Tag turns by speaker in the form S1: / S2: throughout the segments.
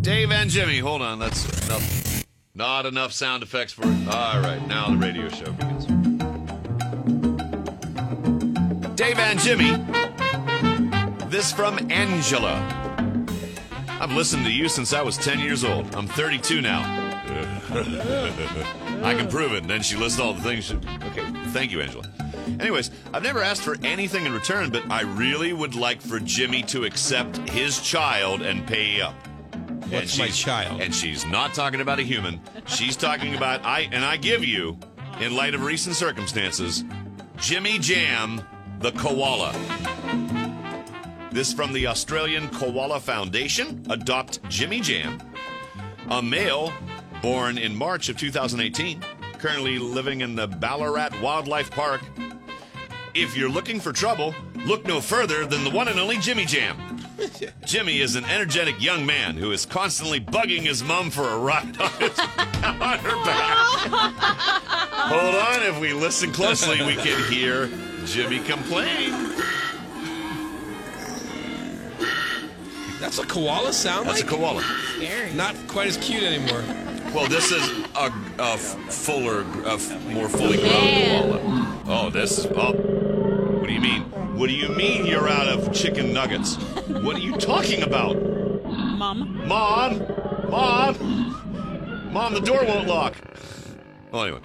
S1: Dave and Jimmy, hold on. That's enough. Not enough sound effects for it. All right, now the radio show begins. Dave and Jimmy. This from Angela. I've listened to you since I was 10 years old. I'm 32 now. I can prove it. And then she lists all the things. She... Okay, thank you, Angela. Anyways, I've never asked for anything in return, but I really would like for Jimmy to accept his child and pay up. And
S2: What's my
S1: she's-
S2: child?
S1: And she's not talking about a human. She's talking about I and I give you, in light of recent circumstances, Jimmy Jam, the koala. This from the Australian Koala Foundation. Adopt Jimmy Jam, a male born in March of 2018, currently living in the Ballarat Wildlife Park. If you're looking for trouble, look no further than the one and only Jimmy Jam. Jimmy is an energetic young man who is constantly bugging his mom for a ride on, his, on her back. Hold on, if we listen closely, we can hear Jimmy complain.
S2: That's what koala sound
S1: That's a
S2: like.
S1: koala.
S2: Not quite as cute anymore.
S1: Well, this is a, a fuller, a f- more fully grown koala. Oh, this. Oh, what do you mean? What do you mean you're out of chicken nuggets? What are you talking about?
S3: Mom.
S1: Mom! Mom! Mom, the door won't lock. Well, anyway.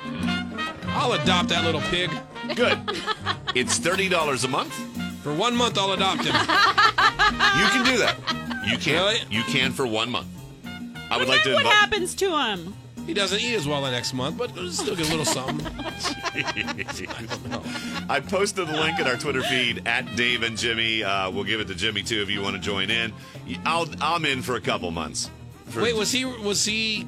S2: I'll adopt that little pig.
S1: Good. It's $30 a month.
S2: For one month, I'll adopt him.
S1: You can do that. You can.
S2: Really?
S1: You can for one month. I would
S3: But
S1: like
S3: then
S1: to
S3: what
S1: invite.
S3: happens to him?
S2: He doesn't eat as well the next month, but he'll still get a little something.
S1: I posted the link in our Twitter feed at Dave and Jimmy. Uh, we'll give it to Jimmy too if you want to join in. I'll, I'm in for a couple months. For-
S2: Wait, was he was he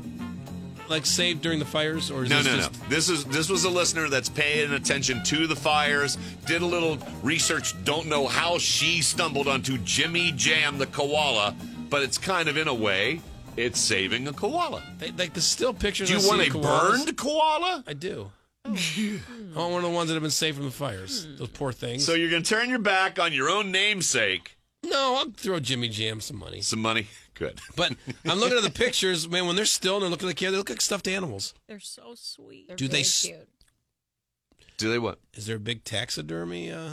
S2: like saved during the fires, or is
S1: No,
S2: this
S1: no, no.
S2: just
S1: This is this was a listener that's paying attention to the fires. Did a little research. Don't know how she stumbled onto Jimmy Jam the koala, but it's kind of in a way, it's saving a koala.
S2: they, like the still pictures?
S1: Do
S2: I
S1: you
S2: see
S1: want a
S2: of koalas-
S1: burned koala?
S2: I do. I want one of the ones that have been saved from the fires. Those poor things.
S1: So you're gonna turn your back on your own namesake.
S2: no, I'll throw Jimmy Jam some money.
S1: Some money, good.
S2: But I'm looking at the pictures, man. When they're still and they're looking at the camera, they look like stuffed animals.
S3: They're so sweet.
S2: Do they? s-
S1: Do they what?
S2: Is there a big taxidermy uh,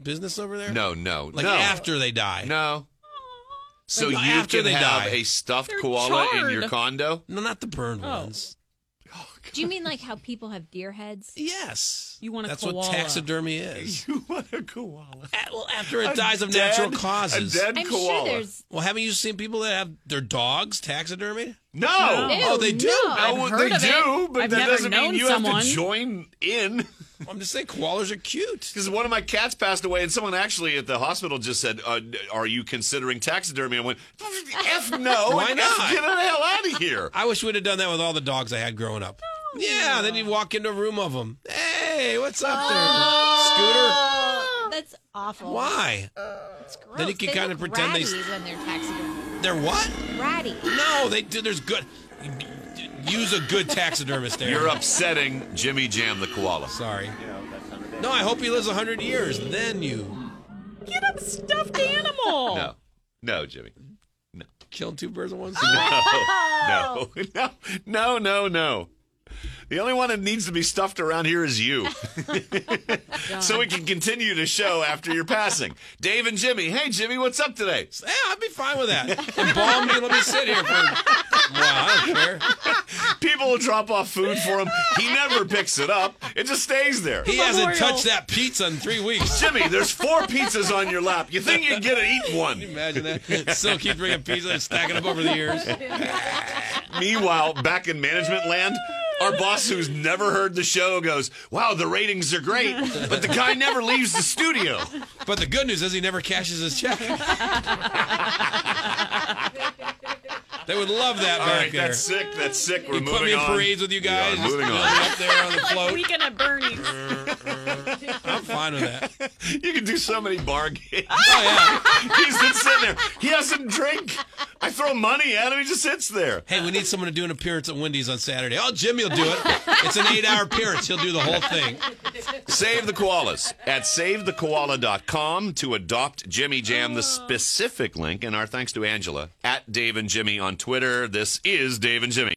S2: business over there?
S1: No, no,
S2: Like
S1: no.
S2: after they die.
S1: No. So
S2: Like
S1: you
S2: after
S1: can
S2: they
S1: have
S2: die.
S1: a stuffed
S3: They're
S1: koala in your
S3: charred.
S1: condo.
S2: No, not the burned
S3: Oh.
S2: ones.
S4: Do you mean like how people have deer heads?
S2: Yes.
S3: You want a
S2: That's what
S3: koala.
S2: taxidermy is.
S1: You want a koala?
S2: At- well, after it dies of natural causes.
S1: A dead
S4: I'm
S1: koala.
S4: sure there's.
S2: Well, haven't you seen people that have their dogs taxidermied?
S1: No.
S3: No.
S2: Oh, they do.
S4: No,
S2: No,
S4: I've
S1: well,
S4: heard
S1: they
S4: of
S1: do,
S3: it.
S1: but
S3: I've
S1: that
S3: never
S1: doesn't mean
S3: known
S1: you have
S3: someone.
S1: to join in.
S2: I'm just saying koalas are cute.
S1: Because one of my cats passed away, and someone actually at the hospital just said, uh, "Are you considering taxidermy?" I went, "F no,
S2: Why
S1: and
S2: not?
S1: F, get the hell out of here."
S2: I wish we'd have done that with all the dogs I had growing up. yeah, then you'd walk into a room of them. Hey, what's up there,
S4: That's awful.
S2: Scooter? Why?
S4: It's gross.
S2: Then you can
S4: They
S2: kinda
S4: look
S2: pretend they s-
S4: ratty when they're taxidermy.
S2: They're what?
S4: Ratty.
S2: No, they do. There's good. Use a good taxidermist there.
S1: You're upsetting Jimmy Jam the koala.
S2: Sorry. No, I hope he lives 100 years. Then you
S3: Get him stuffed animal.
S1: No, no, Jimmy.
S2: killed two birds with one
S1: No,
S2: stone.
S1: no, no, no, no, no. The only one that needs to be stuffed around here is you. so we can continue the show after your passing. Dave and Jimmy. Hey, Jimmy, what's up today?
S2: Yeah, I'd be fine with that. Embalm me. Let me sit here for. Well, I don't care.
S1: People will drop off food for him. He never picks it up, it just stays there.
S2: He hasn't
S3: Memorial.
S2: touched that pizza in three weeks.
S1: Jimmy, there's four pizzas on your lap. You think you can get to eat one.
S2: Can you imagine that? Still keep bringing pizza and stacking up over the years.
S1: Meanwhile, back in management land, Our boss, who's never heard the show, goes, Wow, the ratings are great, but the guy never leaves the studio.
S2: But the good news is he never cashes his check. they would love that
S1: All
S2: back
S1: right,
S2: there.
S1: that's sick. That's sick. We're
S2: you
S1: moving
S2: put me in
S1: on.
S2: parades with you guys.
S1: Yeah, moving on.
S2: Up there on the
S3: like
S2: float.
S3: weekend at Bernie's.
S2: I'm fine with that.
S1: You can do so many bar games.
S2: Oh, yeah.
S1: He's been sitting there. He doesn't drink. I throw money at him. He just sits there.
S2: Hey, we need someone to do an appearance at Wendy's on Saturday. Oh, Jimmy will do it. It's an eight hour appearance. He'll do the whole thing.
S1: Save the koalas at savethekoala.com to adopt Jimmy Jam, the specific link. And our thanks to Angela at Dave and Jimmy on Twitter. This is Dave and Jimmy.